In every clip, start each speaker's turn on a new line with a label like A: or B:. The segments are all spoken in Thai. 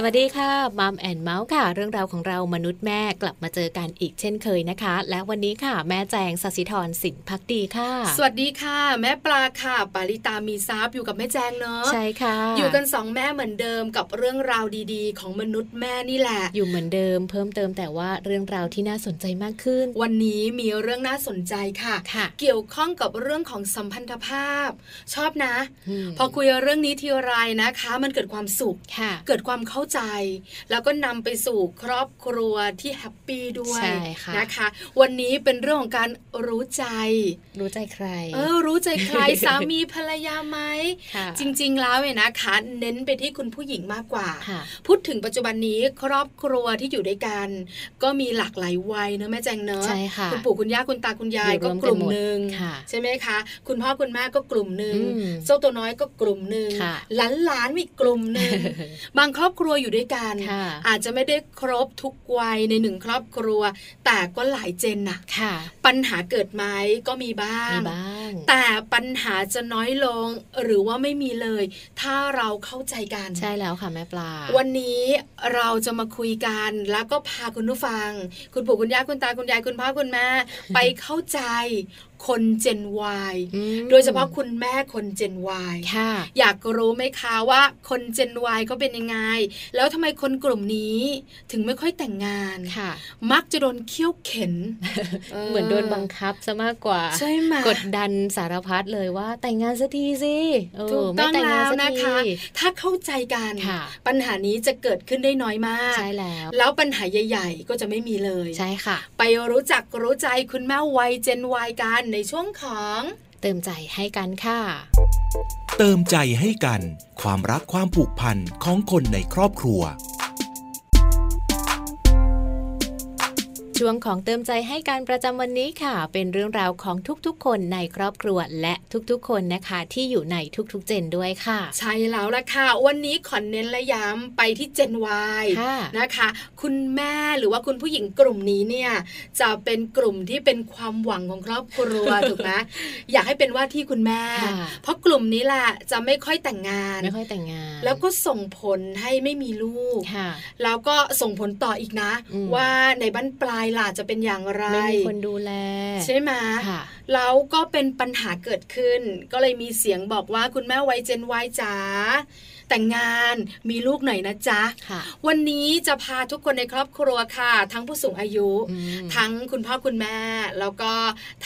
A: สวัสดีค่ะมัมแอนเมาส์ค่ะ เรื่องราวของเรามนุษย์แม่กลับมาเจอกันอีกเช่นเคยนะคะ และวันนี้ค่ะ แม่แจงสัสิธรสินพักดีค่ะ
B: สวัสดีค่ะ แม่ปลาค่ะ ปาริตามีซับอยู่กับแม่แจงเนาะ
A: ใช่ค่ะ
B: อยู่กันสองแม่เหมือนเดิมกับเรื่องราวดีๆ ของมนุษย์แม่นี่แหละ
A: อยู่เหมือนเดิมเพิ่มเติมแต่ว่าเรื่องราวที่น่าสนใจมากขึ้น
B: วันนี้มีเรื่องน่าสนใจค่ะ
A: ค่ะ
B: เกี่ยวข้องกับเรื่องของสัมพันธภาพ ชอบนะ
A: ม
B: พอคุยเรื่องนี้ทีไรนะคะ มันเกิดความสุข
A: ค่ะ
B: เกิดความเข้าใจ แล้วก็นำไปสู่ครอบครัวที่แฮปปี้ด้วย
A: ใช่ค่ะ
B: นะคะ วันนี้เป็นเรื่องของการรู้ใจ
A: รู้ใจใคร
B: เออรู้ใจใคร สามีภรรยาไหม
A: ค่ะ
B: จริงๆ แล้วเนี่ยนะคะ เน้นไปที่คุณผู้หญิงมากกว่า
A: ค่ะ
B: พูดถึงปัจจุบันนี้ครอบครัวที่อยู่ด้วยกัน ก็มีหลากหลายวัยเนอะแม่แจงเนอะ
A: ใช่ค่ะ
B: คุณปู่คุณย่าคุณตาคุณยาย
A: อยู่รวมกั
B: ก็ก
A: น
B: ลุ่ม
A: หมด
B: หนึ่ง
A: ค่ะ
B: ใช่ไหมคะ คุณพ่อคุณแม่ก็กลุ่มหนึ่ง
A: อืม
B: เจ้าตัวน้อยก็กลุ่มหนึ่ง
A: ค่ะ
B: หลานหลานๆมีกลุ่มห นึ่งบางครอบครัวอยู่ด้วยกัน
A: ค่ะ
B: อาจจะไม่ได้ครบทุกวัยในหนึ่งครอบครัว แต่ก็หลายเจนน่ะ
A: ค่ะ
B: ปัญหาเกิดไหมก็มีบ้า
A: มีบ้าง
B: แต่ปัญหาจะน้อยลงหรือว่าไม่มีเลย ถ้าเราเข้าใจกัน
A: ใช่แล้วค่ะแม่ปลา
B: วันนี้เราจะมาคุยกันแล้วก็พาคุณผู้ฟัง คุณปู่คุณย่าคุณตาคุณยายคุณพ่อคุณแม่ ไปเข้าใจคนเจน Y
A: อืม
B: โดยเฉพาะคุณแม่คนเจน Y
A: ค่ะ
B: อยากรู้ไหมคะว่าคนเจน Y เขาเป็นยังไง แล้วทำไมคนกลุ่มนี้ ถึงไม่ค่อยแต่งงาน
A: ค่ะ
B: มักจะโดนเคี่ยวเข็น
A: เหมือนโดนบังคับซะมากกว่า
B: ใช่ไหม
A: กดดันสารพัดเลยว่าแต่งงานสักทีสิเออ
B: ถูกต้อง
A: ไม่แต่งงา
B: แล้
A: น
B: ว
A: สัก
B: นะ
A: ที
B: คะ ถ้าเข้าใจกัน
A: ค่ะ
B: ปัญหานี้จะเกิดขึ้นได้น้อยมาก
A: ใช่แล้ว
B: แล้วปัญหาใหญ่ ๆ ก็จะไม่มีเลย
A: ใช่ค่ะ
B: ไปรู้จักรู้ใจคุณแม่วัยเจนวัยกันในช่วงของ
A: เติมใจให้กันค่ะ
C: เติมใจให้กัน ความรักความผูกพันของคนในครอบครัว
A: ช่วงของเติมใจให้การประจำวันนี้ค่ะ เป็นเรื่องราวของทุกๆ คนในครอบครัวและทุกๆ คนนะคะ ที่อยู่ในทุกๆ เจนด้วยค่ะ
B: ใช่แล้วล่ะค่ะ วันนี้ขอเน้นและย้ำไปที่เจนวัย
A: ค่ะ
B: นะคะ คุณแม่หรือว่าคุณผู้หญิงกลุ่มนี้เนี่ยจะเป็นกลุ่มที่เป็นความหวังของครอบครัว ถูกไหมอยากให้เป็นว่าที่คุณแม่
A: ค่ะ
B: เพราะกลุ่มนี้แหละจะไม่ค่อยแต่งงาน
A: ไม่ค่อยแต่งงาน
B: แล้วก็ส่งผลให้ไม่มีลูก
A: ค่ะ
B: แล้วก็ส่งผลต่ออีกนะ
A: อืม
B: ว่าในบ้านปลายล่ะจะเป็นอย่างไร
A: ไม่มีคนดูแล
B: ใช่ไหม
A: ค่ะ
B: แล้วก็เป็นปัญหาเกิดขึ้น ก็เลยมีเสียงบอกว่าคุณแม่วัยเจนวัยจ๋าแต่งงานมีลูกหน่อยนะจ๊ะ
A: ค่ะ
B: วันนี้จะพาทุกคนในครอบครัวค่ะ ทั้งผู้สูงอายุ
A: อืม
B: ทั้งคุณพ่อคุณแม่ แล้วก็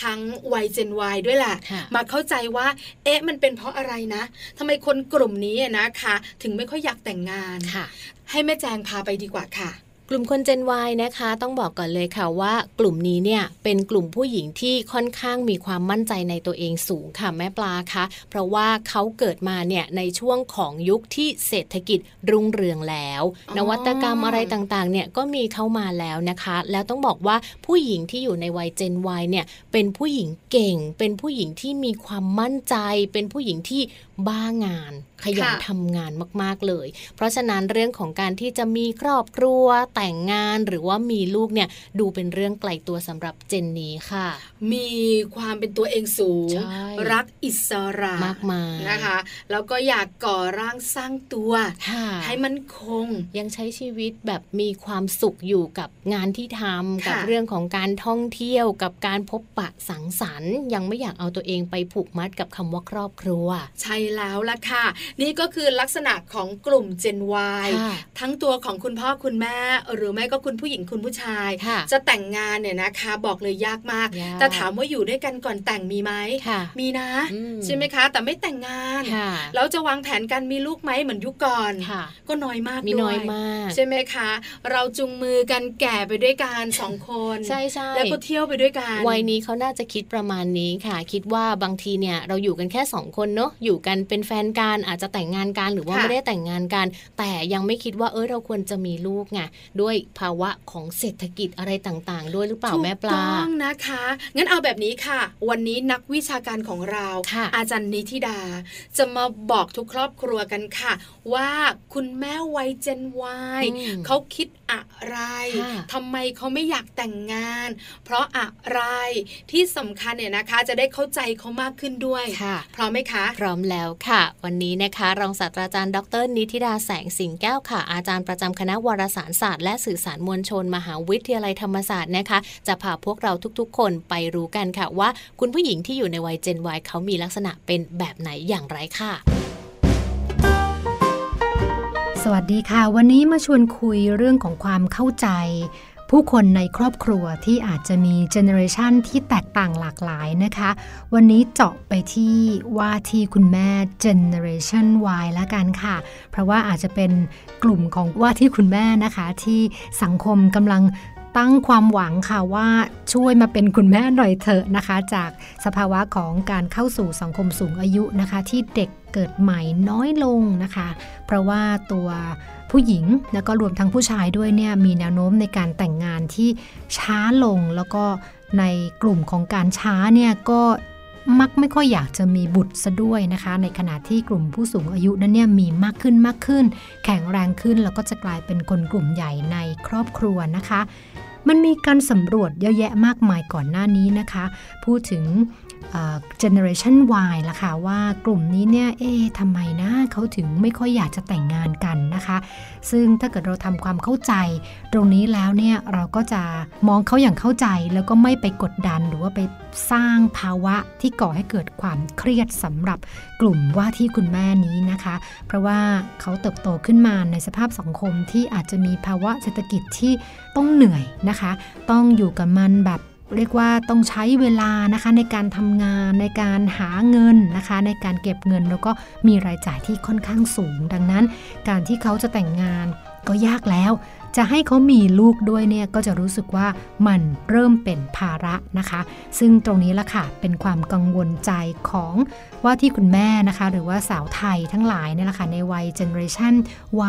B: ทั้งวัยเจนวัยด้วยแหละ
A: ค่ะ
B: มาเข้าใจว่า เอ๊ะ มันเป็นเพราะอะไรนะทำไมคนกลุ่มนี้อะนะคะ ถึงไม่ค่อยอยากแต่งงาน
A: ค่ะ
B: ให้แม่แจงพาไปดีกว่าค่ะ
A: กลุ่มคน Gen Y นะคะ ต้องบอกก่อนเลยค่ะว่ากลุ่มนี้เนี่ยเป็นกลุ่มผู้หญิงที่ค่อนข้างมีความมั่นใจในตัวเองสูงค่ะแม่ปลาคะเพราะว่าเขาเกิดมาเนี่ยในช่วงของยุคที่เศรษฐกิจรุ่งเรืองแล้ว
B: อ๋อ
A: นวัตกรรมอะไรต่างๆเนี่ยก็มีเข้ามาแล้วนะคะ แล้วต้องบอกว่าผู้หญิงที่อยู่ในวัย Gen Y เนี่ยเป็นผู้หญิงเก่ง เป็นผู้หญิงที่มีความมั่นใจ เป็นผู้หญิงที่บ้างาน ขยัน
B: ค่ะ
A: ทำงานมากๆเลย เพราะฉะนั้นเรื่องของการที่จะมีครอบครัวแต่งงานหรือว่ามีลูกเนี่ยดูเป็นเรื่องไกลตัวสำหรับเจนนี้ค่ะ
B: มีความเป็นตัวเองสูง
A: ใช่
B: รักอิสระ
A: มากมาย
B: นะคะ แล้วก็อยากก่อร่างสร้างตัว
A: ค่ะ
B: ให้มันคง
A: ยังใช้ชีวิตแบบมีความสุขอยู่กับงานที่ทำ
B: ค่ะ
A: กับเรื่องของการท่องเที่ยวกับการพบปะสังสรรค์ ยังไม่อยากเอาตัวเองไปผูกมัดกับคำว่าครอบครัว
B: ใช่แล้วล่ะค่ะ นี่ก็คือลักษณะของกลุ่ม Gen Y
A: ค่ะ
B: ทั้งตัวของคุณพ่อคุณแม่ หรือไม่ก็คุณผู้หญิงคุณผู้ชาย
A: ค่ะ
B: จะแต่งงานเนี่ยนะคะ บอกเลยยากมาก
A: ยาก
B: แต่ถามว่าอยู่ด้วยกันก่อนแต่งมีไหม
A: ค่ะ
B: มีนะ
A: อื
B: ใช่ไหมคะ แต่ไม่แต่งงาน
A: ค่ะ
B: แล้วจะวางแผนการมีลูกไหมเหมือนยุคก่อน
A: ค่ะ
B: ก็น้อยมาก
A: มี
B: ด้
A: น้
B: ว
A: อย ยมาก
B: ใช่ไหมคะ เราจูงมือกันแก่ไปด้วยกันสองคน
A: ใช่ใช่
B: แล้วก็เที่ยวไปด้วยกัน
A: วัยนี้เขาน่าจะคิดประมาณนี้ค่ะ คิดว่าบางทีเนี่ยเราอยู่กันแค่ 2 คนเนาะอยู่กันเป็นแฟนกันอาจจะแต่งงานกันหรือว่า
B: ค่ะ
A: ไม่ได้แต่งงานกัน แต่ยังไม่คิดว่าเออเราควรจะมีลูกไง ด้วยภาวะของเศรษฐกิจอะไรต่างๆ ด้วยหรือเปล่า
B: ถูก
A: แม่ปลา
B: ต้องนะคะ งั้นเอาแบบนี้ค่ะ วันนี้นักวิชาการของเรา
A: ค่ะ
B: อาจารย์นิธิดา จะมาบอกทุกครอบครัวกันค่ะ ว่าคุณแม่วัยเจนวาย
A: อืม
B: เขาคิดอะไร
A: ค่ะ
B: ทำไมเขาไม่อยากแต่งงาน เพราะอะไรที่สำคัญเนี่ยนะคะ จะได้เข้าใจเขามากขึ้นด้วย
A: ค่ะ
B: พร้อมไหมคะ
A: พร้อมแล้วค่ะ วันนี้นะคะรองศาสตราจารย์ดรนิติดาแสงสิงแก้วค่ะ อาจารย์ประจำคณะวารสารศาสตร์และสื่อสารมวลชน มหาวิทยาลัยธรรมศาสตร์นะคะ จะพาพวกเราทุกๆ คนไปรู้กันค่ะว่า คุณผู้หญิงที่อยู่ในวัยเจนวัยเขามีลักษณะเป็นแบบไหนอย่างไรค่ะ
D: สวัสดีค่ะ วันนี้มาชวนคุยเรื่องของความเข้าใจ ผู้คนในครอบครัวที่อาจจะมีเจเนอเรชันที่แตกต่างหลากหลายนะคะ วันนี้เจาะไปที่ว่าที่คุณแม่เจเนอเรชัน Y ละกันค่ะ เพราะว่าอาจจะเป็นกลุ่มของว่าที่คุณแม่นะคะ ที่สังคมกำลังตั้งความหวังค่ะว่าช่วยมาเป็นคุณแม่หน่อยเถอะนะคะ จากสภาวะของการเข้าสู่สังคมสูงอายุนะคะ ที่เด็กเกิดใหม่น้อยลงนะคะ เพราะว่าตัวผู้หญิงแล้วก็รวมทั้งผู้ชายด้วยเนี่ยมีแนวโน้มในการแต่งงานที่ช้าลงแล้วก็ในกลุ่มของการช้าเนี่ยก็มักไม่ค่อยอยากจะมีบุตรซะด้วยนะคะ ในขณะที่กลุ่มผู้สูงอายุนั้นเนี่ยมีมากขึ้นมากขึ้น แข็งแรงขึ้นแล้วก็จะกลายเป็นคนกลุ่มใหญ่ในครอบครัวนะคะ มันมีการสำรวจเยอะแยะมากมายก่อนหน้านี้นะคะ พูดถึง เจเนอเรชัน Y ล่ะค่ะว่ากลุ่มนี้เนี่ยเอ๊ะทำไมนะเขาถึงไม่ค่อยอยากจะแต่งงานกันนะคะ ซึ่งถ้าเกิดเราทำความเข้าใจ ตรงนี้แล้วเนี่ยเราก็จะมองเขาอย่างเข้าใจแล้วก็ไม่ไปกดดันหรือว่าไปสร้างภาวะที่ก่อให้เกิดความเครียดสำหรับกลุ่มว่าที่คุณแม่นี้นะคะ เพราะว่าเขาเติบโตขึ้นมาในสภาพสังคมที่อาจจะมีภาวะเศรษฐกิจที่ต้องเหนื่อยนะคะ ต้องอยู่กับมันแบบเรียกว่าต้องใช้เวลานะคะในการทำงานในการหาเงินนะคะ ในการเก็บเงินแล้วก็มีรายจ่ายที่ค่อนข้างสูง ดังนั้น การที่เขาจะแต่งงานก็ยากแล้ว จะให้เขามีลูกด้วยเนี่ยก็จะรู้สึกว่ามันเริ่มเป็นภาระนะคะ ซึ่งตรงนี้ละค่ะเป็นความกังวลใจของว่าที่คุณแม่นะคะ หรือว่าสาวไทยทั้งหลายเนี่ยแหละค่ะในวัยเจเนอเรชัน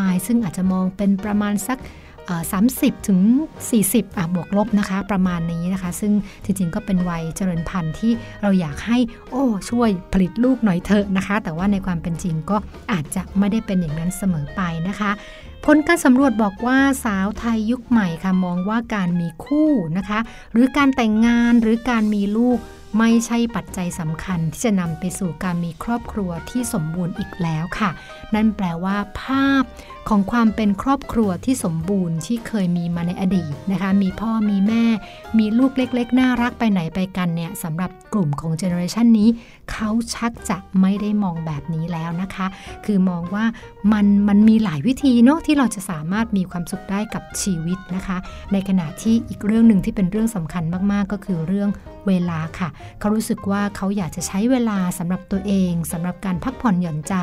D: Y ซึ่งอาจจะมองเป็นประมาณสัก สามสิบถึง 40อ่ะบวกลบนะคะ ประมาณนี้นะคะ ซึ่งจริงๆก็เป็นวัยเจริญพันธุ์ที่เราอยากให้โอ้ช่วยผลิตลูกหน่อยเถอะนะคะ แต่ว่าในความเป็นจริงก็อาจจะไม่ได้เป็นอย่างนั้นเสมอไปนะคะ ผลการสำรวจบอกว่าสาวไทยยุคใหม่ค่ะมองว่าการมีคู่นะคะ หรือการแต่งงานหรือการมีลูกไม่ใช่ปัจจัยสำคัญที่จะนำไปสู่การมีครอบครัวที่สมบูรณ์อีกแล้วค่ะ นั่นแปลว่าภาพของความเป็นครอบครัวที่สมบูรณ์ที่เคยมีมาในอดีตนะคะ มีพ่อมีแม่ มีลูกเล็กๆ น่ารักไปไหนไปกันเนี่ยสำหรับกลุ่มของเจเนอเรชันนี้ เขาชักจะไม่ได้มองแบบนี้แล้วนะคะ คือมองว่ามันมันมีหลายวิธีเนาะที่เราจะสามารถมีความสุขได้กับชีวิตนะคะ ในขณะที่อีกเรื่องหนึ่งที่เป็นเรื่องสำคัญมากๆ ก็คือเรื่องเวลาค่ะ เขารู้สึกว่าเขาอยากจะใช้เวลาสำหรับตัวเองสำหรับการพักผ่อนหย่อนใจ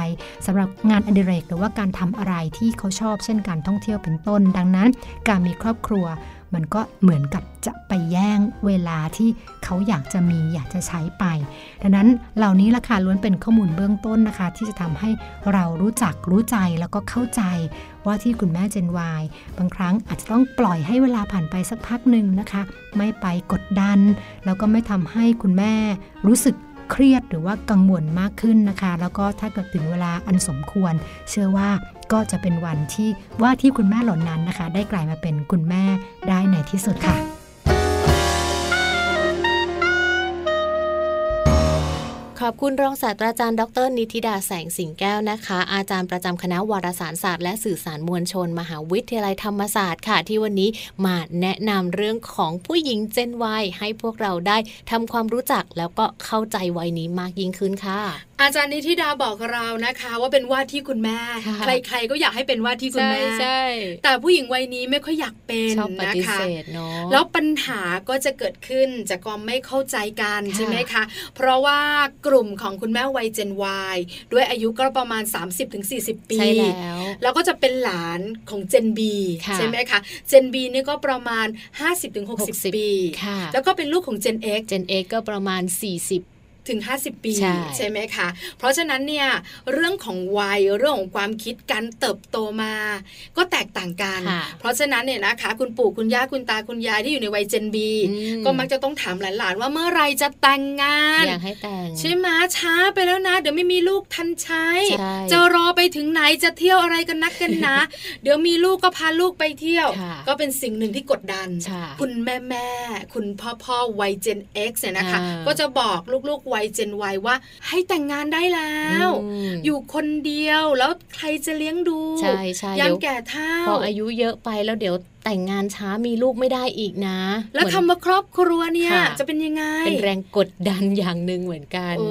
D: สำหรับงานอดิเรกหรือว่าการทำอะไรที่เขาชอบเช่นการท่องเที่ยวเป็นต้น ดังนั้น การมีครอบครัว มันก็เหมือนกับจะไปแย่งเวลาที่เขาอยากจะมีอยากจะใช้ไป ดังนั้นเหล่านี้ราคาล้วนเป็นข้อมูลเบื้องต้นนะคะ ที่จะทำให้เรารู้จักรู้ใจแล้วก็เข้าใจว่าที่คุณแม่เจนวายบางครั้งอาจจะต้องปล่อยให้เวลาผ่านไปสักพักหนึ่งนะคะ ไม่ไปกดดัน แล้วก็ไม่ทำให้คุณแม่รู้สึกเครียดหรือว่ากังวลมากขึ้นนะคะ แล้วก็ถ้าเกิดถึงเวลาอันสมควร เชื่อว่าก็จะเป็นวันที่ว่าที่คุณแม่เหล่านั้นนะคะ ได้กลายมาเป็นคุณแม่ได้ในที่สุดค่ะ
A: ขอบคุณรองศาสตราจารย์ดรนิติดาแสงสิงแก้วนะคะ อาจารย์ประจำคณะวารสารศาสตร์และสื่อสารมวลชน มหาวิทยาลัยธรรมศาสตร์ค่ะ ที่วันนี้มาแนะนำเรื่องของผู้หญิงเจนวัยให้พวกเราได้ทำความรู้จักแล้วก็เข้าใจวัยนี้มากยิ่งขึ้นค่ะ
B: อาจารย์นิธิดาบอกเรานะคะ ว่าเป็นว่าที่คุณแม่
A: ค่ะ
B: ใครๆก็อยากให้เป็นว่าที่คุณแม่ แต่ผู้หญิงวัยนี้ไม่ค่อยอยากเป็น
A: ชอบป
B: นะ
A: ฏิ
B: คะ
A: เสธเนาะ
B: แล้วปัญหาก็จะเกิดขึ้นจากความไม่เข้าใจกัน
A: ค่ะ
B: ใช่ไหมคะ เพราะว่ากลุ่มของคุณแม่วัยเจนวายด้วยอายุก็ประมาณ 30-40 ปี
A: ใช่แล้ว
B: แล้วก็จะเป็นหลานของเจนบี
A: ค่ะ
B: ใช่ไหมคะ เจนบีนี่ยก็ประมาณ 50-60 ปี
A: ค่ะ
B: แล้วก็เป็นลูกของเจน X
A: เจนเอก็ประมาณ 40
B: ถึ ถึง 50 ปี
A: ใช่
B: ไหมคะ เพราะฉะนั้นเนี่ยเรื่องของวัยเรื่องของความคิดการเติบโตมา ก็แตกต่างกัน
A: ค่ะ
B: เพราะฉะนั้นเนี่ยนะคะ คุณปู่คุณย่าคุณตาคุณยายที่อยู่ในวัยเจนบี
A: อืม
B: ก็มักจะต้องถามหลานๆ ว่าเมื่อไหรจะแต่งงาน
A: อยากให้แต่ง
B: ใช่ไหมช้าไปแล้วนะ เดี๋ยวไม่มีลูกทันใช้
A: ใช่
B: จะรอไปถึงไหนจะเที่ยวอะไรกันนักกันนะ เดี๋ยวมีลูกก็พาลูกไปเที่ยว
A: ค่ะ
B: ก็เป็นสิ่งหนึ่งที่กดดัน
A: ใช่
B: คุณแม่แม่ๆคุณพ่อพ่อวัย Gen X เนี่ยนะคะ
A: อ่า
B: ก็จะบอกลูกๆวัย Gen Y ว่า ให้แต่งงานได้แล้ว
A: ม
B: อยู่คนเดียวแล้วใครจะเลี้ยงดู
A: ใช่ใช่
B: ยาม
A: เดี๋ว
B: แก่เท่า
A: พออายุเยอะไปแล้วเดี๋ยวแต่งงานช้ามีลูกไม่ได้อีกนะ
B: แล้ว
A: เหมือน
B: คำว่าครอบครัวเนี่ย
A: ค่ะ
B: จะเป็นยังไง
A: เป็นแรงกดดันอย่างหนึ่งเหมือนกัน
B: โอ้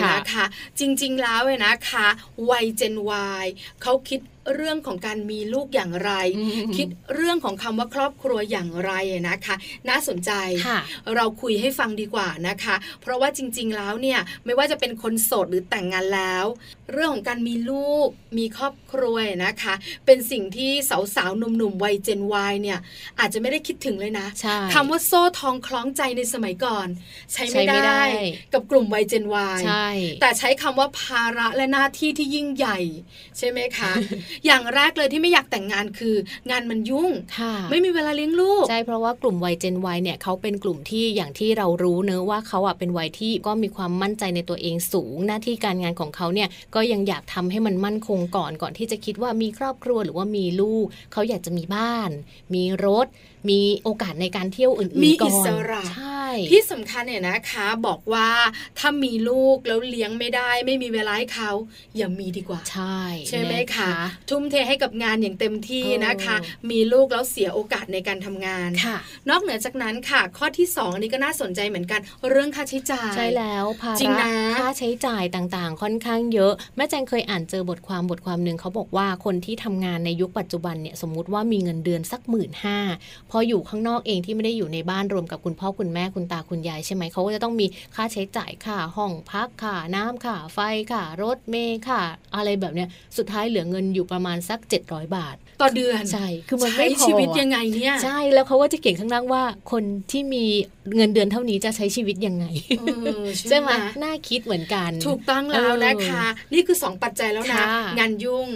A: ค่ะ
B: นะคะจริงๆแล้วเนี่ยนะคะวัยเจนวายเขาคิดเรื่องของการมีลูกอย่างไร
A: อืม
B: คิดเรื่องของคำว่าครอบครัวอย่างไรนะคะ น่าสนใจ
A: ค่ะ
B: เราคุยให้ฟังดีกว่านะคะ เพราะว่าจริง ๆ แล้วเนี่ยไม่ว่าจะเป็นคนโสดหรือแต่งงานแล้ว เรื่องของการมีลูกมีครอบครัวนะคะ เป็นสิ่งที่สาวๆหนุ่มๆวัยเจนวายเนี่ยอาจจะไม่ได้คิดถึงเลยนะ
A: ใช่
B: คำว่าโซ่ทองคล้องใจในสมัยก่อน ใช้
A: ใช้
B: ไม่
A: ไม่
B: ได้
A: ได้
B: กับกลุ่มวัยเจนวาย
A: ใช่
B: แต่ใช้คำว่าภาระและหน้าที่ที่ยิ่งใหญ่ ใช่ไหมคะ อย่างแรกเลยที่ไม่อยากแต่งงานคือ งานมันยุ่ง
A: ค่ะ
B: ไม่มีเวลาเลี้ยงลูก
A: ใช่เพราะว่ากลุ่มวัยเจนวัยเนี่ยเขาเป็นกลุ่มที่อย่างที่เรารู้เนอะว่าเขาอ่ะเป็นวัยที่ก็มีความมั่นใจในตัวเองสูง หน้าที่การงานของเขาเนี่ยก็ยังอยากทำให้มันมั่นคงก่อนก่อนที่จะคิดว่ามีครอบครัวหรือว่ามีลูก เขาอยากจะมีบ้าน มีรถ มีโอกาสในการเที่ยวอื่
B: มี
A: นๆก่อน
B: อิสระ
A: ใช่
B: ที่สำคัญเนี่ยนะคะบอกว่าถ้ามีลูกแล้วเลี้ยงไม่ได้ ไม่มีเวลาให้เขาอย่ามีดีกว่า
A: ใช่
B: ใช่ไหม
A: น
B: คะ ทุ่มเทให้กับงานอย่างเต็มที่นะคะ
A: เออ
B: มีลูกแล้วเสียโอกาสในการทำงาน
A: ค่ะ
B: นอกเหนือจากนั้นค่ะ ข้อที่สองอันนี้ก็น่าสนใจเหมือนกัน เรื่องค่าใช้จ่าย
A: ใช่แล้วภา
B: จริง
A: ระ
B: นะ
A: ค่าใช้จ่ายต่างๆ ค่อนข้างเยอะ แม่แจงเคยอ่านเจอบทความบทความหนึ่งเขาบอกว่าคนที่ทำงานในยุคปัจจุบันเนี่ยสมมติว่ามีเงินเดือนสักหมื่นห้าพออยู่ข้างนอกเองที่ไม่ได้อยู่ในบ้านรวมกับคุณพ่อคุณแม่คุณตาคุณยายใช่ไหมเขาก็จะต้องมีค่าใช้จ่ายค่าห้องพักค่าน้ำค่าไฟค่ารถเมล์ค่าอะไรแบบเนี้ยสุดท้ายเหลือเงินอยู่ประมาณสัก 700 บาท
B: ต่อเดือน
A: ใช่คือมัน
B: ใช้
A: ไม่พอ
B: ชีวิตยังไงเนี่ย
A: ใช่แล้วเขาก็จะเขียนข้างล่างว่า คนที่มีเงินเดือนเท่านี้จะใช้ชีวิตยังไง
B: เออ
A: ใช่ไหมน่าคิดเหมือนกัน
B: ถูกต้องแล้วนะคะ นี่คือ 2 ปัจจัยแล้วนะ
A: ค่ะ
B: งานยุ่ง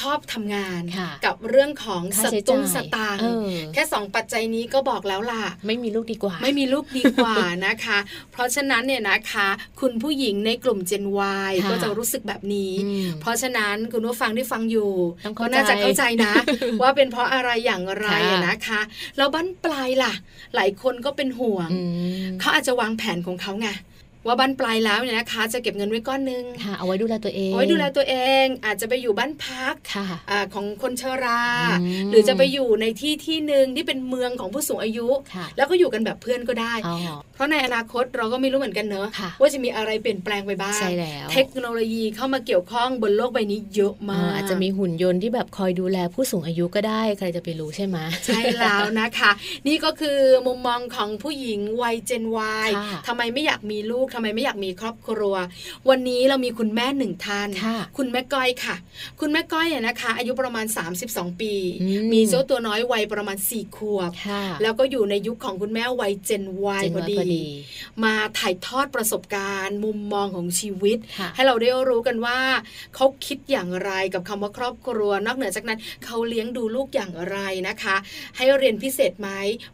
B: ชอบทำงาน
A: ค่ะ
B: กับเรื่องของ
A: ค่า
B: ส
A: ใช้
B: ตุ้
A: จ่าง ย
B: สตางค์
A: เออ
B: แค่ 2 ปัจจัยนี้ก็บอกแล้วล่ะ
A: ไม่มีลูกดีกว่า
B: ไม่มีลูกดีกว่านะคะ เพราะฉะนั้นเนี่ยนะคะ คุณผู้หญิงในกลุ่ม Gen Y
A: ค่ะ
B: ก็จะรู้สึกแบบนี้
A: อืม
B: เพราะฉะนั้นคุณผู้ฟังที่ฟังอยู่
A: ต้อง
B: ก็
A: เข้าใจ
B: น่าจะเข้าใจ นะ ว่าเป็นเพราะอะไรอย่างไร
A: ค่ะ
B: นะคะ แล้วบ้านปลายล่ะ หลายคนก็เป็นห่วง
A: อืม
B: เขาอาจจะวางแผนของเขาไงว่าบ้านปลายแล้วเนี่ยนะคะ จะเก็บเงินไว้ก้อนหนึง
A: ค่ะ เอาไว้ดูแลตัวเอง
B: เอาไว้ดูแลตัวเอง อาจจะไปอยู่บ้านพัก
A: ค่ะ
B: อาของคนชรา
A: อืม
B: หรือจะไปอยู่ในที่ที่หนึ่งที่เป็นเมืองของผู้สูงอายุ
A: ค่ะ
B: แล้วก็อยู่กันแบบเพื่อนก็ได้
A: อ๋อ
B: เพราะในอนาคตเราก็ไม่รู้เหมือนกันเนอะ
A: ค่ะ
B: ว่าจะมีอะไรเปลี่ยนแปลงไปบ้าง
A: ใช่แล้ว
B: เทคโนโลยีเข้ามาเกี่ยวข้องบนโลกใบนี้เยอะ
A: เอ
B: มา
A: อก อาจจะมีหุ่นยนต์ที่แบบคอยดูแลผู้สูงอายุก็ได้ ใครจะไปรู้ใช่ไหม
B: ใช่แล้วนะคะ นี่ก็คือมุมมองของผู้หญิงวัยเจนวาย
A: ค่ะ
B: ทำไมไม่อยากมีลูกทำไมไม่อยากมีครอบครัว วันนี้เรามีคุณแม่หนึ่งท่าน
A: ค่ะ
B: คุณแม่ก้อยค่ะ คุณแม่ก้อยอะนะคะ อายุประมาณ 32 ปี
A: อืม
B: มีเจ้าตัวน้อยวัยประมาณ4ขวบ
A: ค่ะ
B: แล้วก็อยู่ในยุคของคุณแม่วัยเจนวาย
A: เจน
B: พอ
A: วัย
B: ดี
A: พอดี
B: มาถ่ายทอดประสบการณ์ มุมมองของชีวิต
A: ค่ะ
B: ให้เราได้รู้กันว่า เขาคิดอย่างไรกับคำว่าครอบครัว นอกเหนือจากนั้นเขาเลี้ยงดูลูกอย่างไรนะคะ ให้เรียนพิเศษไหม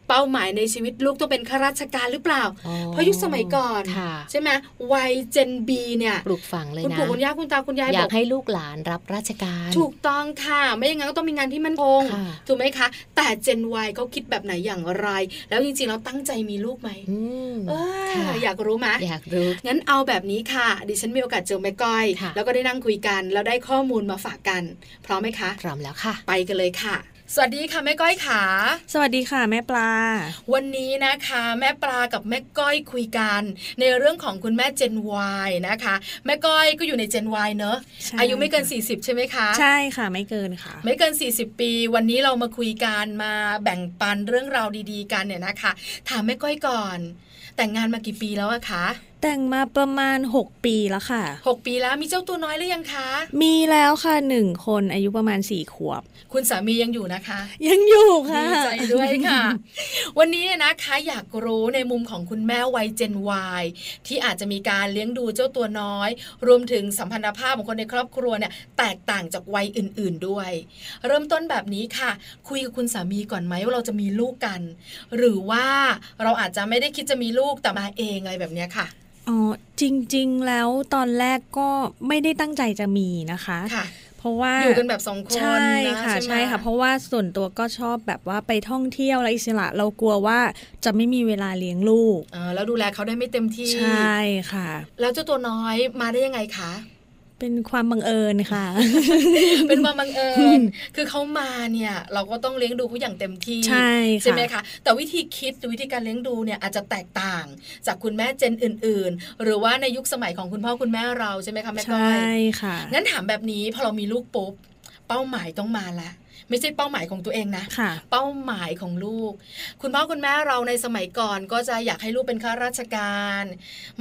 B: เป้าหมายในชีวิตลูกต้องเป็นข้าราชการหรือเปล่า
A: อ๋อ
B: เพราะยุคสมัยก่อน
A: ค่ะ
B: ใช่ไหมวัยเจนบีเนี่ย
A: ปลูกฝังเลย
B: คุณ
A: นะ
B: ปู่คุณย่าคุณตาคุณยาย
A: อบ ยา
B: อก
A: กให้ลูกหลานรับราชการ
B: ถูกต้องค่ะ ไม่อย่างนั้นก็ต้องมีงานที่มั่นคง
A: ค่ะ
B: ถูกไหมคะ แต่เจนวัยเขาคิดแบบไหนอย่างไร แล้วจริงๆเราตั้งใจมีลูกไหม
A: อืม
B: เออ
A: ค่ะ
B: อยากรู้ไหม
A: อยากรู้
B: งั้นเอาแบบนี้ค่ะ ดิฉันมีโอกาสเจอแม่ก้อย
A: ค่ะ
B: แล้วก็ได้นั่งคุยกัน แล้วได้ข้อมูลมาฝากกัน พร้อมไหมคะ
A: พร้อมแล้วค่ะ
B: ไปกันเลยค่ะ สวัสดีค่ะแม่ก้อยค่ะ
E: สวัสดีค่ะแม่ปลา
B: วันนี้นะคะ แม่ปลากับแม่ก้อยคุยกัน ในเรื่องของคุณแม่เจนวายนะคะ แม่ก้อยก็อยู่ในเจนวายเนอะ
E: ใช่
B: อายุไม่เกิน 40 ใช่ไหมคะ
E: ใช่ค่ะไม่เกินค่ะ
B: ไม่เกิน 40 ปี วันนี้เรามาคุยกันมาแบ่งปันเรื่องราวดี ๆ กันเนี่ยนะคะ ถามแม่ก้อยก่อน แต่งงานมากี่ปีแล้วอะคะ
E: แต่งมาประมาณ 6 ปีแล้วค่ะ
B: หกปีแล้วมีเจ้าตัวน้อยหรือยังคะ
E: มีแล้วค่ะหนึ่งคนอายุประมาณ 4 ขวบ
B: คุณสามียังอยู่นะคะ
E: ยังอยู่ค่ะ
B: ดีใจด้วยค่ะ วันนี้นะคะอยากรู้ในมุมของคุณแม่วัยเจนวายที่อาจจะมีการเลี้ยงดูเจ้าตัวน้อย รวมถึงสัมพันธภาพของคนในครอบครัวเนี่ยแตกต่างจากวัยอื่น ๆด้วย เริ่มต้นแบบนี้ค่ะ คุยกับคุณสามีก่อนไหมว่าเราจะมีลูกกัน หรือว่าเราอาจจะไม่ได้คิดจะมีลูกแต่มาเองอะไรแบบเนี้ยค่ะ
E: อ๋อจริงๆแล้วตอนแรกก็ไม่ได้ตั้งใจจะมีนะคะ
B: ค่ะ
E: เพราะว่า
B: อยู่กันแบบสองคน
E: ใช่
B: นะ
E: ค่ะ
B: ไหม
E: ใช่ค่ะ เพราะว่าส่วนตัวก็ชอบแบบว่าไปท่องเที่ยวอะไรอิสระเรากลัวว่าจะไม่มีเวลาเลี้ยงลูก
B: เอ่อแล้วดูแลเขาได้ไม่เต็มที่
E: ใช่ค่ะ
B: แล้วเจ้าตัวน้อยมาได้ยังไงคะ
E: เป็นความบังเอิญค่ะ
B: เป็นความบังเอิญ คือเขามาเนี่ย เราก็ต้องเลี้ยงดูเขาอย่างเต็มที่
E: ใช่ค่ะ
B: ใช่ไหมคะ แต่วิธีคิดหรือวิธีการเลี้ยงดูเนี่ยอาจจะแตกต่าง จากคุณแม่เจนอื่น ๆ หรือว่าในยุคสมัยของคุณพ่อคุณแม่เราใช่ไหมคะแม่ก้อ
E: ใช่
B: ย
E: ค่ะ
B: งั้นถามแบบนี้พอเรามีลูกปุ๊บเป้าหมายต้องมาละ ไม่ใช่เป้าหมายของตัวเองนะ
E: ค่ะ
B: เป้าหมายของลูก คุณพ่อคุณแม่เราในสมัยก่อนก็จะอยากให้ลูกเป็นข้าราชการ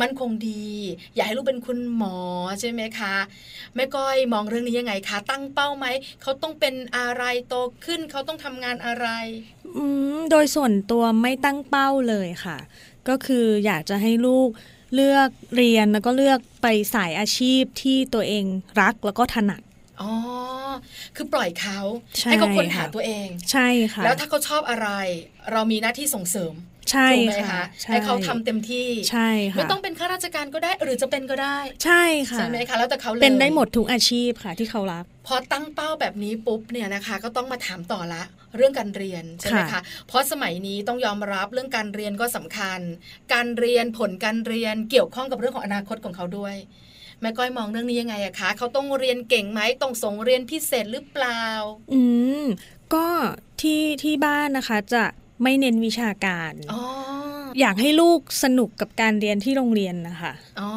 B: มันคงดี อยากให้ลูกเป็นคุณหมอใช่ไหมคะแม่ก้อยมองเรื่องนี้ยังไงคะ ตั้งเป้าไหมเขาต้องเป็นอะไรโตขึ้นเขาต้องทำงานอะไร
E: อืมโดยส่วนตัวไม่ตั้งเป้าเลยค่ะ ก็คืออยากจะให้ลูกเลือกเรียนแล้วก็เลือกไปสายอาชีพที่ตัวเองรักแล้วก็ถนัด
B: อ๋อ คือปล่อยเขา
E: ใช่
B: ให้เขาค้นหา
E: ค่ะ
B: ตัวเอง
E: ใช่ค่ะ
B: แล้วถ้าเขาชอบอะไร เรามีหน้าที่ส่งเสริม
E: ใช่
B: ถูกไหม
E: ค่ะ
B: คะ
E: ช่
B: ให้เขาทำเต็มที่
E: ใช่ค่ะ
B: ไม่ต้องเป็นข้าราชการก็ได้หรือจะเป็นก็ได้
E: ใช่ค่ะ
B: ใช่ไหมคะแล้วแต่เขาเลย
E: เป็นได้หมดทุกอาชีพค่ะที่เขารัก
B: พอตั้งเป้าแบบนี้ปุ๊บเนี่ยนะคะก็ต้องมาถามต่อละเรื่องการเรียนใช่ไหมคะ
E: ค่ะ
B: เพราะสมัยนี้ต้องยอมรับเรื่องการเรียนก็สำคัญ การเรียนผลการเรียนเกี่ยวข้องกับเรื่องของอนาคตของเขาด้วย แม่ก้อยมองเรื่องนี้ยังไงอะคะเขาต้องเรียนเก่งไหมต้องส่งเรียนพิเศษหรือเปล่า
E: อืมก็ที่ที่บ้านนะคะจะไม่เน้นวิชาการ
B: อ๋อ
E: อยากให้ลูกสนุกกับการเรียนที่โรงเรียนนะคะ
B: อ๋อ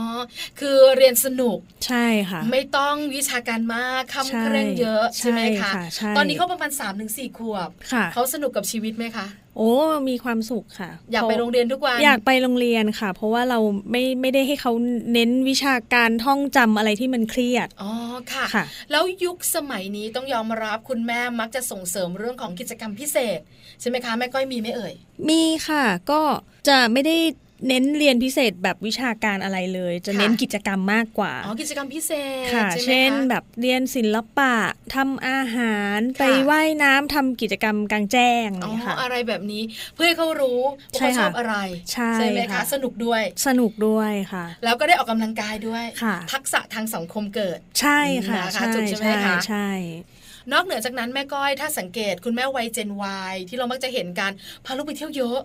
B: คือเรียนสนุก
E: ใช่ค่ะ
B: ไม่ต้องวิชาการมากคำ
E: ใช่
B: เคร่งเยอะใช่ไหม
E: ใช่
B: คะ
E: ค่ะใช่
B: ตอนนี้เขาประมาณ3-4ถึงขวบ
E: ค่ะ
B: เขาสนุกกับชีวิตไหมคะ
E: โอ้ มีความสุขค่ะ
B: อยากไปโรงเรียนทุกวัน
E: อยากไปโรงเรียนค่ะ เพราะว่าเราไม่ไม่ได้ให้เขาเน้นวิชาการท่องจำอะไรที่มันเครียด
B: อ๋อค่ะ
E: ค่ะ
B: แล้วยุคสมัยนี้ต้องยอมรับคุณแม่มักจะส่งเสริมเรื่องของกิจกรรมพิเศษ ใช่ไหมคะแม่ก้อยมีไหม่เอ่ย
E: มีค่ะ ก็จะไม่ได้เน้นเรียนพิเศษแบบวิชาการอะไรเลย จะ
B: ค่ะ
E: เน้นกิจกรรมมากกว่า
B: อ๋อกิจกรรมพิเศษ
E: ค่ะ
B: ใช่ไหมคะ
E: เช่นแบบเรียนศิลปะทำอาหารไป
B: ค่ะ
E: ว่ายน้ำทำกิจกรรมกลางแจ้งอะไร
B: อ๋อ
E: อย่างเงี้ยค่ะ
B: อะไรแบบนี้เพื่อให้เขารู้ว่า
E: ใช่
B: เขา
E: ค่ะ
B: ชอบอะไร
E: ใช่
B: ไหมคะ
E: ค่ะ
B: สนุกด้วย
E: สนุกด้วยค่ะ
B: แล้วก็ได้ออกกำลังกายด้วย
E: ค่ะ
B: ทักษะทางสังคมเกิด
E: ใช่ค่ะ
B: นะคะ
E: ใช่
B: จุดใช่ไหม
E: ใช่
B: คะ
E: ใช่
B: นอกเหนือจากนั้นแม่ก้อยถ้าสังเกตคุณแม่วัยเจนวายที่เรามักจะเห็นกันพาลูกไปเที่ยวเยอะ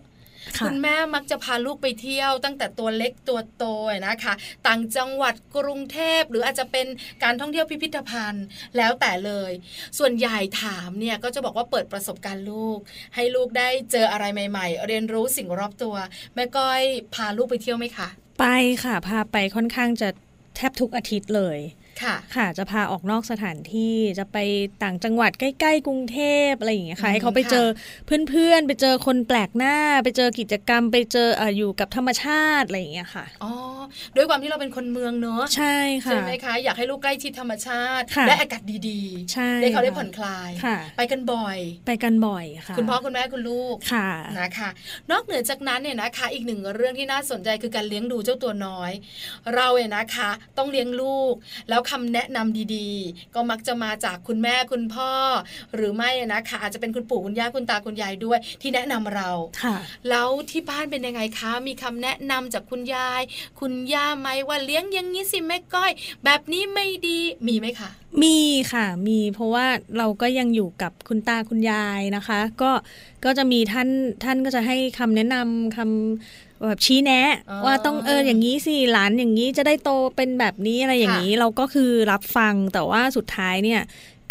E: ค่ะ
B: คุณแม่มักจะพาลูกไปเที่ยว ตั้งแต่ตัวเล็กตัวโตนะคะ ต่างจังหวัดกรุงเทพหรืออาจจะเป็นการท่องเที่ยวพิพิธภัณฑ์แล้วแต่เลย ส่วนใหญ่ถามเนี่ยก็จะบอกว่าเปิดประสบการณ์ลูก ให้ลูกได้เจออะไรใหม่ ๆ เรียนรู้สิ่งรอบตัว แม่ก้อยพาลูกไปเที่ยวไหมคะ
E: ไปค่ะ พาไปค่อนข้างจะแทบทุกอาทิตย์เลย
B: ค่ะ
E: ค่ะ จะพาออกนอกสถานที่จะไปต่างจังหวัดใกล้ ๆ กรุงเทพอะไรอย่างเงี้ยค่ะ
B: อืม
E: ให้เขาไป
B: ค่ะ
E: เจอเพื่อนๆ ไปเจอคนแปลกหน้า ไปเจอกิจกรรม ไปเจอเอ่ออยู่กับธรรมชาติอะไรอย่างเงี้ยค่ะ
B: อ๋อด้วยความที่เราเป็นคนเมืองเนอะ
E: ใช่ค่ะ
B: ใช่ไหมคะอยากให้ลูกใกล้ชิดธรรมชาติ
E: ค่ะ
B: และอากาศดี
E: ใช่
B: ๆได้เขาได้ผ่อนคลาย
E: ค่ะ
B: ไปกันบ่อย
E: ไปกันบ่อยค่ะ
B: คุณพ่อคุณแม่คุณลูก
E: ค่ะ
B: นะคะนอกเหนือจากนั้นเนี่ยนะคะ อีกหนึ่งเรื่องที่น่าสนใจคือการเลี้ยงดูเจ้าตัวน้อย เราเนี่ยนะคะ ต้องเลี้ยงลูก แล้วคำแนะนำดีๆ ก็มักจะมาจากคุณแม่คุณพ่อ หรือไม่นะคะ อาจจะเป็นคุณปู่คุณย่าคุณตาคุณยายด้วย ที่แนะนำเรา
E: ค่ะ
B: แล้วที่บ้านเป็นยังไงคะ มีคำแนะนำจากคุณยาย คุณย่าไหมว่าเลี้ยงอย่างนี้สิแม่ก้อย แบบนี้ไม่ดีมีไหมคะ
E: มีค่ะ มีเพราะว่าเราก็ยังอยู่กับคุณตาคุณยายนะคะ ก็ก็จะมีท่านท่านก็จะให้คำแนะนำคำแบบชี้แนะ
B: อ๋อ
E: ว่าต้องเอออย่างนี้สิหลานอย่างนี้จะได้โตเป็นแบบนี้อะไรอย่างนี้ เราก็คือรับฟังแต่ว่าสุดท้ายเนี่ย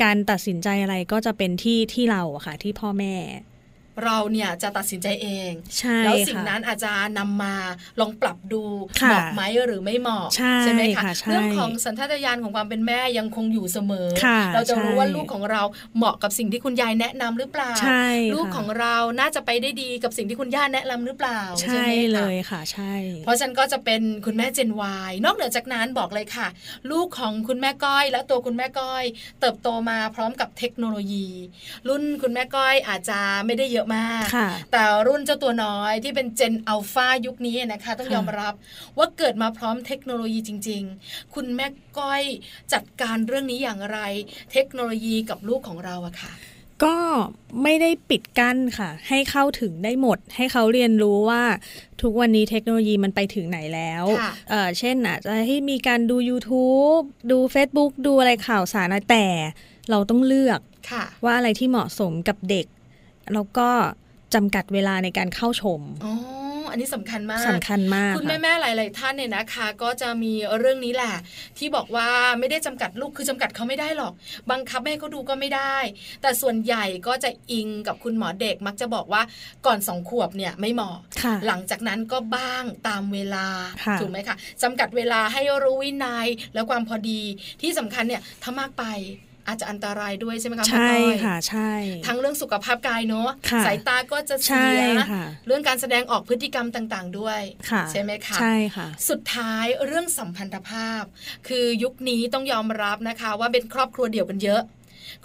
E: การตัดสินใจอะไรก็จะเป็นที่ที่เราอะค่ะ ที่พ่อแม่
B: เราเนี่ยจะตัดสินใจเอง
E: ใช่
B: แล้วสิ่ง
E: ค่ะ
B: นั้นอาจจะนำมาลองปรับดู
E: ค่ะ
B: เหมาะไหมหรือไม่เหมาะ
E: ใช่
B: ไหมคะ
E: ค่ะใช่
B: เรื่องของสัญชาตญาณของความเป็นแม่ยังคงอยู่เสมอ
E: ค่ะ
B: เราจะ
E: ใช่
B: รู้ว่าลูกของเราเหมาะกับสิ่งที่คุณยายแนะนำหรือเปล่า
E: ใช่
B: ลูก
E: ค่ะ
B: ของเราน่าจะไปได้ดีกับสิ่งที่คุณย่าแนะนำหรือเปล่า
E: ใช่
B: ไหมคะ
E: เลยค่ะ ใช่
B: เพราะฉันก็จะเป็นคุณแม่เจนวายนอกเหนือจากนั้นบอกเลยค่ะ ลูกของคุณแม่ก้อย และตัวคุณแม่ก้อย เติบโตมาพร้อมกับเทคโนโลยี รุ่นคุณแม่ก้อยอาจจะไม่ได้เยอะมาก
E: ค่ะ
B: แต่รุ่นเจ้าตัวน้อยที่เป็นเจนอัลฟายุคนี้นะคะ ต้อง
E: ค่ะ
B: ยอมรับว่าเกิดมาพร้อมเทคโนโลยีจริง ๆ คุณแม่ก้อยจัดการเรื่องนี้อย่างไร เทคโนโลยีกับลูกของเราอะค่ะ
E: ก็ไม่ได้ปิดกั้นค่ะ ให้เข้าถึงได้หมด ให้เขาเรียนรู้ว่าทุกวันนี้เทคโนโลยีมันไปถึงไหนแล้ว
B: ค่ะ
E: เอ่อเช่นอาจจะให้มีการดู YouTube ดู Facebook ดูอะไรข่าวสารนะแต่เราต้องเลือก
B: ค่ะ
E: ว่าอะไรที่เหมาะสมกับเด็ก แล้วก็จำกัดเวลาในการเข้าชม
B: อ๋ออันนี้สำคัญมาก
E: สำคัญมาก
B: คุณ
E: ค่ะ
B: แม่แม่ๆหลาย ๆ ท่านเนี่ยนะคะ ก็จะมีเรื่องนี้แหละ ที่บอกว่าไม่ได้จำกัดลูกคือจำกัดเขาไม่ได้หรอก บังคับให้เขาดูก็ไม่ได้ แต่ส่วนใหญ่ก็จะอิงกับคุณหมอเด็กมักจะบอกว่าก่อนสองขวบเนี่ยไม่เหมาะ
E: ค่ะ
B: หลังจากนั้นก็บ้างตามเวลา
E: ค่ะ
B: ถูกไหมคะจำกัดเวลาให้รู้วินัยและความพอดีที่สำคัญเนี่ยถ้ามากไปอาจจะอันตรายด้วยใช่ไหมคะณ
E: ใช่
B: ก้อย
E: ค่ะใช่
B: ทั้งเรื่องสุขภาพกายเนอะ
E: ค่ะ
B: สายตาก็จะเสี
E: ใช่
B: ย
E: ค่ะ
B: เรื่องการแสดงออกพฤติกรรมต่าง ๆ ด้วย
E: ค่ะ
B: ใช่ไหมคะ
E: ใช่ค่ะ
B: สุดท้ายเรื่องสัมพันธภาพ คือยุคนี้ต้องยอมรับนะคะ ว่าเป็นครอบครัวเดี่ยวกันเยอะ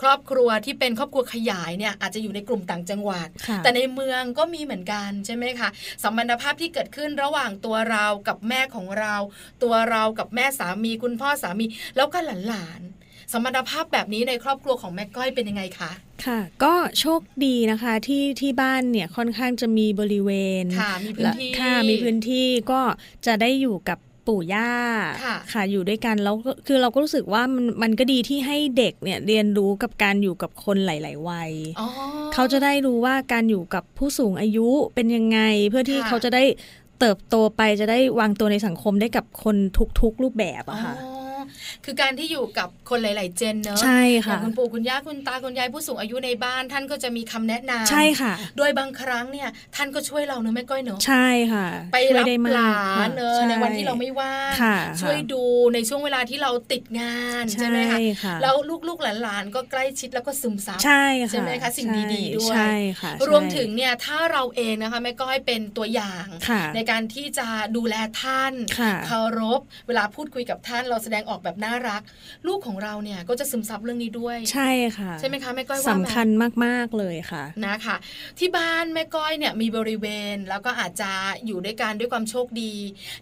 B: ครอบครัวที่เป็นครอบครัวขยายเนี่ยอาจจะอยู่ในกลุ่มต่างจังหวัด
E: ค่ะ
B: แต่ในเมืองก็มีเหมือนกันใช่ไหมคะสัมพันธภาพที่เกิดขึ้นระหว่างตัวเรากับแม่ของเรา ตัวเรากับแม่สามีคุณพ่อสามี แล้วก็หลานๆสัมพันธภาพแบบนี้ในครอบครัวของแม่ก้อยเป็นยังไงคะ
E: ค่ะ ก็โชคดีนะคะที่ที่บ้านเนี่ยค่อนข้างจะมีบริเวณ
B: ค่ะมีพื้นที่
E: และค่ะมีพื้นที่ก็จะได้อยู่กับปู่ย่า
B: ค่ะ
E: อยู่ด้วยกันแล้วก็คือเราก็รู้สึกว่ามันมันก็ดีที่ให้เด็กเนี่ยเรียนรู้กับการอยู่กับคนหลาย ๆ วัย
B: อ๋อ
E: เขาจะได้รู้ว่าการอยู่กับผู้สูงอายุเป็นยังไง เพื่อที่
B: ค่ะ
E: เขาจะได้เติบโตไปจะได้วางตัวในสังคมได้กับคนทุกๆรูปแบบ
B: อ๋อ
E: อะค่ะ
B: คือการที่อยู่กับคนหลาย ๆ เจนเนอะ
E: ใช่
B: อย่า
E: ค่ะ
B: งคุณปู่คุณย่าคุณตาคุณยายผู้สูงอายุในบ้าน ท่านก็จะมีคำแนะนำ
E: ใช่ค่ะ
B: โดยบางครั้งเนี่ยท่านก็ช่วยเราเนอะแม่ก้อยเนอะ
E: ใช่ค่ะ
B: ไป
E: ช่วย
B: รับ
E: ได้ม
B: ห
E: ก
B: ลา
E: ค่ะ
B: นเนอะ
E: ช่
B: ในวันที่เราไม่ว่าง
E: ค่ะ
B: ช่วย
E: ค่ะ
B: ดูในช่วงเวลาที่เราติดงานใช่ไหมคะแล้วลูกๆหลานๆก็ใกล้ชิดแล้วก็ซึมซับ
E: ใช่ค่ะ
B: ใช่ไหมคะสิ่งดีๆด้วย
E: ใช่ค่ะ
B: รวมถึงเนี่ยถ้าเราเองนะคะแม่ก้อยเป็นตัวอย่าง
E: ค่ะ
B: ในการที่จะดูแลท่าน
E: ค่ะ
B: เคารพ เวลาพูดคุยกับท่านเราแสดงออกแบบน่ารัก ลูกของเราเนี่ยก็จะซึมซับเรื่องนี้ด้วย
E: ใช่ค่ะ
B: ใช่ไหมคะแม่ก้อยว่าไหม
E: สำคัญมากๆเลยค่ะ
B: นะคะที่บ้านแม่ก้อยเนี่ยมีบริเวณแล้วก็อาจจะอยู่ด้วยกันด้วยความโชคดี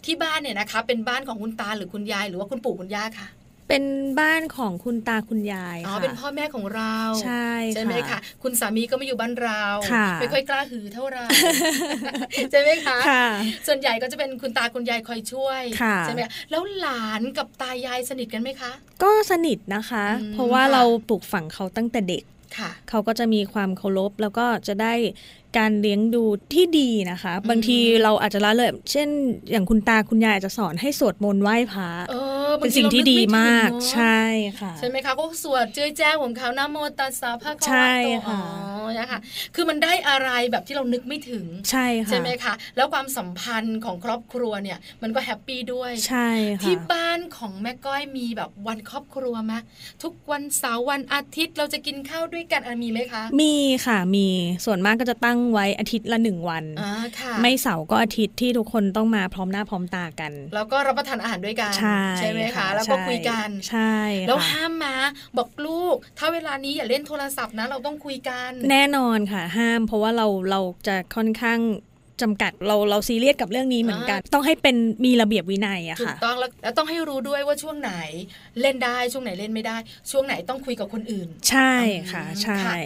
B: ที่บ้านเนี่ยนะคะ เป็นบ้านของคุณตาหรือคุณยายหรือว่าคุณปู่คุณย่าค่ะ
E: เป็นบ้านของคุณตาคุณยาย
B: อ๋อ
E: ค่ะ
B: เป็นพ่อแม่ของเรา
E: ใช่ค่ะ
B: ไหมคะคุณสามีก็ไม่อยู่บ้านเรา
E: ค่ะ
B: ไม่ค่อยกล้าหือเท่าไหร่ใช่ไหมคะ
E: ค่ะ
B: ส่วนใหญ่ก็จะเป็นคุณตาคุณยายคอยช่วย
E: ค่ะ
B: ใช่ไหมคะแล้วหลานกับตายายสนิทกันไหมคะ
E: ก็สนิทนะคะ
B: อืม
E: เพราะว่า
B: ค่ะ
E: เราปลูกฝังเขาตั้งแต่เด็ก
B: ค่ะ
E: เขาก็จะมีความเคารพแล้วก็จะได้การเลี้ยงดูที่ดีนะคะ
B: อืม
E: บางทีเราอาจจะละเลย เช่น อย่างคุณตาคุณยายอาจจะสอนให้สวดมนต์ไหว้พระ
B: เออบา
E: เป็น
B: ที
E: สิ่งที่ดี
B: เรนึไถึง
E: มาก
B: เนอะ
E: ใช่ค่ะ
B: ใช่ไหมคะก็สวดเจ้ยแจ้วของเขานะโมตัสสะพระคะ
E: ใช่
B: วะโต
E: ค่ะ
B: อ๋อนะคะคือมันได้อะไรแบบที่เรานึกไม่ถึง
E: ใช่ค่ะ
B: ใช่ไหมคะ แล้วความสัมพันธ์ของครอบครัวเนี่ย มันก็แฮปปี้ด้วย
E: ใช่ค่ะ
B: ที่บ้านของแม่ก้อยมีแบบวันครอบครัวไหมทุกวันเสาร์วันอาทิตย์เราจะกินข้าวด้วยกันอะไรมีไหมคะ
E: มีค่ะมีส่วนมากก็จะตั้งไว้อาทิตย์ละหนึ่งวัน
B: อ่าค่ะ
E: ไม่เสาร์ก็อาทิตย์ที่ทุกคนต้องมาพร้อมหน้าพร้อมตากัน
B: แล้วก็รับประทานอาหารด้วยกัน
E: ใช่
B: ไหมคะแล้วก็
E: ใช่
B: คุยกัน
E: ใช่
B: แล้ว
E: ค่ะ
B: ห้ามมาบอกลูก ถ้าเวลานี้อย่าเล่นโทรศัพท์นะเราต้องคุยกัน
E: แน่นอนค่ะ ห้าม เพราะว่าเราเราจะค่อนข้างจำกัดเราเราซีเรียสกับเรื่องนี้เหมือนกัน ต้องให้เป็นมีระเบียบวินัยอะ
B: ถูก
E: ค่ะ
B: ต้องแล้วแล้วต้องให้รู้ด้วยว่าช่วงไหนเล่นได้ช่วงไหนเล่นไม่ได้ ช่วงไหนต้องคุยกับคนอื่น
E: ใช่ค่ะใช่
B: ค่ะ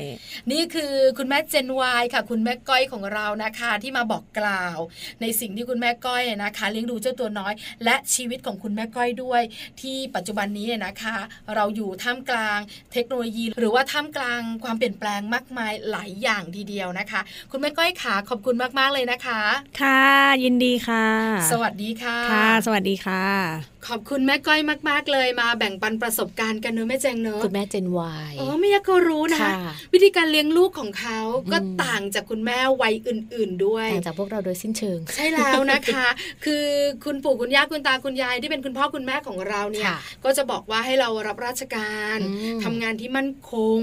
B: นี่คือคุณแม่เจนวายค่ะ คุณแม่ก้อยของเรานะคะ ที่มาบอกกล่าว ในสิ่งที่คุณแม่ก้อยนะคะเลี้ยงดูเจ้าตัวน้อย และชีวิตของคุณแม่ก้อยด้วย ที่ปัจจุบันนี้นะคะ เราอยู่ท่ามกลางเทคโนโลยี หรือว่าท่ามกลางความเปลี่ยนแปลงมากมายหลายอย่างทีเดียวนะคะ คุณแม่ก้อยขาขอบคุณมากๆเลยนะค นะคะ
E: ค่ะ ยินดีค่ะ
B: สวัสดีค่ะ
E: ค่ะ สวัสดีค่ะ
B: ขอบคุณแม่ก้อยมาก ๆ เลยมาแบ่งปันประสบการณ์กันเนอะแม่แจงเนอะ
A: คุณแม่เจนวาย
B: อ๋อไม่อยากก็รู้นะ
A: ค่ะ
B: วิธีการเลี้ยงลูกของเขาก็
A: อืม
B: ต่างจากคุณแม่วัยอื่น ๆ ด้วย
A: ต่างจากพวกเราโดยสิ้นเชิง
B: ใช่แล้วนะคะ คือคุณปู่คุณย่าคุณตาคุณยายที่เป็นคุณพ่อคุณแม่ของเราเนี่ย
A: ค่ะ
B: ก็จะบอกว่าให้เรารับราชการ
A: อืม
B: ทำงานที่มั่นคง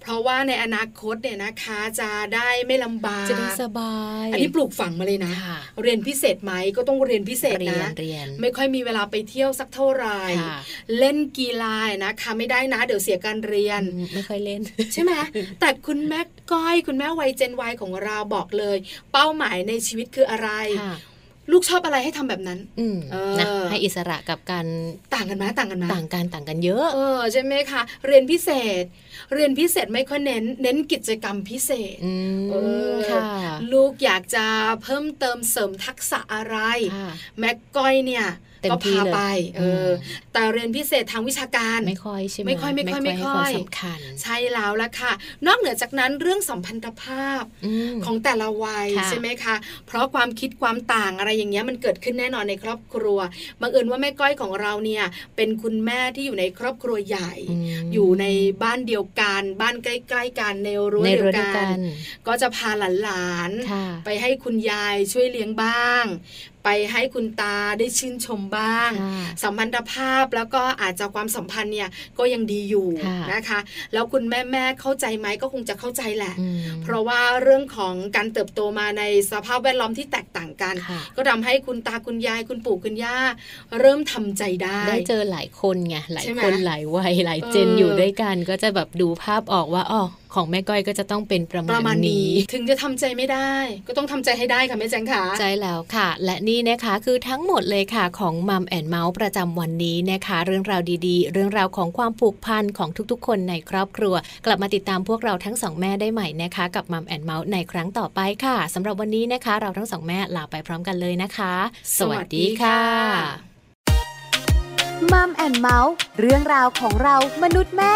B: เพราะว่าในอนาคตเนี่ยนะคะจะได้ไม่ลำบาก
A: จะได้สบาย
B: อันนี้ปลูกฝังมาเลยนะ
A: ค่ะ
B: เรียนพิเศษไหมก็ต้องเรียนพิเศษ
A: เรียน
B: นะ
A: เรียน
B: ไม่ค่อยมีเวลาไปเที่ยวสักเท่าไหร่
A: ค่ะ
B: เล่นกีฬานะคะไม่ได้นะเดี๋ยวเสียการเรีย น
A: อืมไม่ค่อยเล่น
B: ใช่ไหม แต่คุณแม่ก้อย คุณแม่วัยเจนวัยของเราบอกเลย เป้าหมายในชีวิตคืออะไร
A: ค่ะ
B: ลูกชอบอะไรให้ทำแบบนั้น
A: อืม
B: เออ
A: นะให้อิสระกับการ
B: ต่างกันไหมต่างกันไหม
A: ต่างกันต่างกันเยอะ
B: เออใช่ไหมคะ เรียนพิเศษ เรียนพิเศษไม่ค่อยเน้น เน้นกิจกรรมพิเศษ
A: อืม
B: เออ
A: ค่ะ
B: ลูกอยากจะเพิ่มเติมเสริมทักษะอะไร
A: ค่ะ
B: แม่ก้อยเนี่ย
A: เต็ม
B: ก็
A: ที่
B: พา
A: เลย
B: ไปเอออ
A: ม
B: แต่เรียนพิเศษทางวิชาการ
A: ไม่ค่อยใช่ไหม
B: ไม่ค่อยไม่ค่อย
A: ไม่
B: ไม่
A: ค่อยให้ค
B: ค่อย
A: วามสำคัญ
B: ใช่แล้วละค่ะ นอกเหนือจากนั้นเรื่องสัมพันธภาพ
A: ม
B: ของแต่ละวัย
A: ค่ะ
B: ใช่ไหมคะ เพราะความคิดความต่างอะไรอย่างเงี้ยมันเกิดขึ้นแน่นอนในครอบครัว บังเอิญว่าแม่ก้อยของเราเนี่ยเป็นคุณแม่ที่อยู่ในครอบครัวใหญ่
A: ม
B: อยู่ในบ้านเดียวกัน บ้านใกล้ๆกันในรั้ว
A: ใน
B: เดีย
A: รั้ว
B: ว
A: เดียว
B: กั
A: กัน น
B: ก็จะพาหลาน
A: ค่ะ
B: ๆ ไปให้คุณยายช่วยเลี้ยงบ้าง ไปให้คุณตาได้ชื่นชมบ้าง
A: ค่ะ
B: สัมพันธภาพแล้วก็อาจจะความสัมพันธ์เนี่ยก็ยังดีอยู่
A: ค่ะ
B: นะคะ แล้วคุณแม่แม่ๆเข้าใจไหมก็คงจะเข้าใจแหละ
A: อืม
B: เพราะว่าเรื่องของการเติบโตมาในสภาพแวดล้อมที่แตกต่างกัน
A: ค่ะ
B: ก็ทำให้คุณตาคุณยายคุณปู่คุณย่า เริ่มทำใจได้
A: ได้เจอหลายคนไงหลาย
B: ใช่ไหม
A: คนหลายวัยหลายเจน
B: เออ
A: อ
B: อ
A: ยู่ด้วยกันก็จะแบบดูภาพออกว่าอ๋อของแม่ก้อยก็จะต้องเป็นประ
B: ประมา
A: มา
B: ณ
A: ณ
B: นี้
A: นี้
B: ถึงจะทำใจไม่ได้ ก็ต้องทำใจให้ได้ค่ะแม่แจงค่ะ
A: ใช่แล้วค่ะ และนี่นะคะคือทั้งหมดเลยค่ะของมัมแอนเมาส์ประจำวันนี้นะคะ เรื่องราวดีๆ เรื่องราวของความผูกพันของทุกๆ คนในครอบครัว กลับมาติดตามพวกเราทั้งสองแม่ได้ใหม่นะคะ กับมัมแอนเมาส์ในครั้งต่อไปค่ะสำหรับวันนี้นะคะ เราทั้งสองแม่ลาไปพร้อมกันเลยนะคะ สวัสดีค่ะ
F: มัมแอนเมาส์เรื่องราวของเรามนุษย์แม่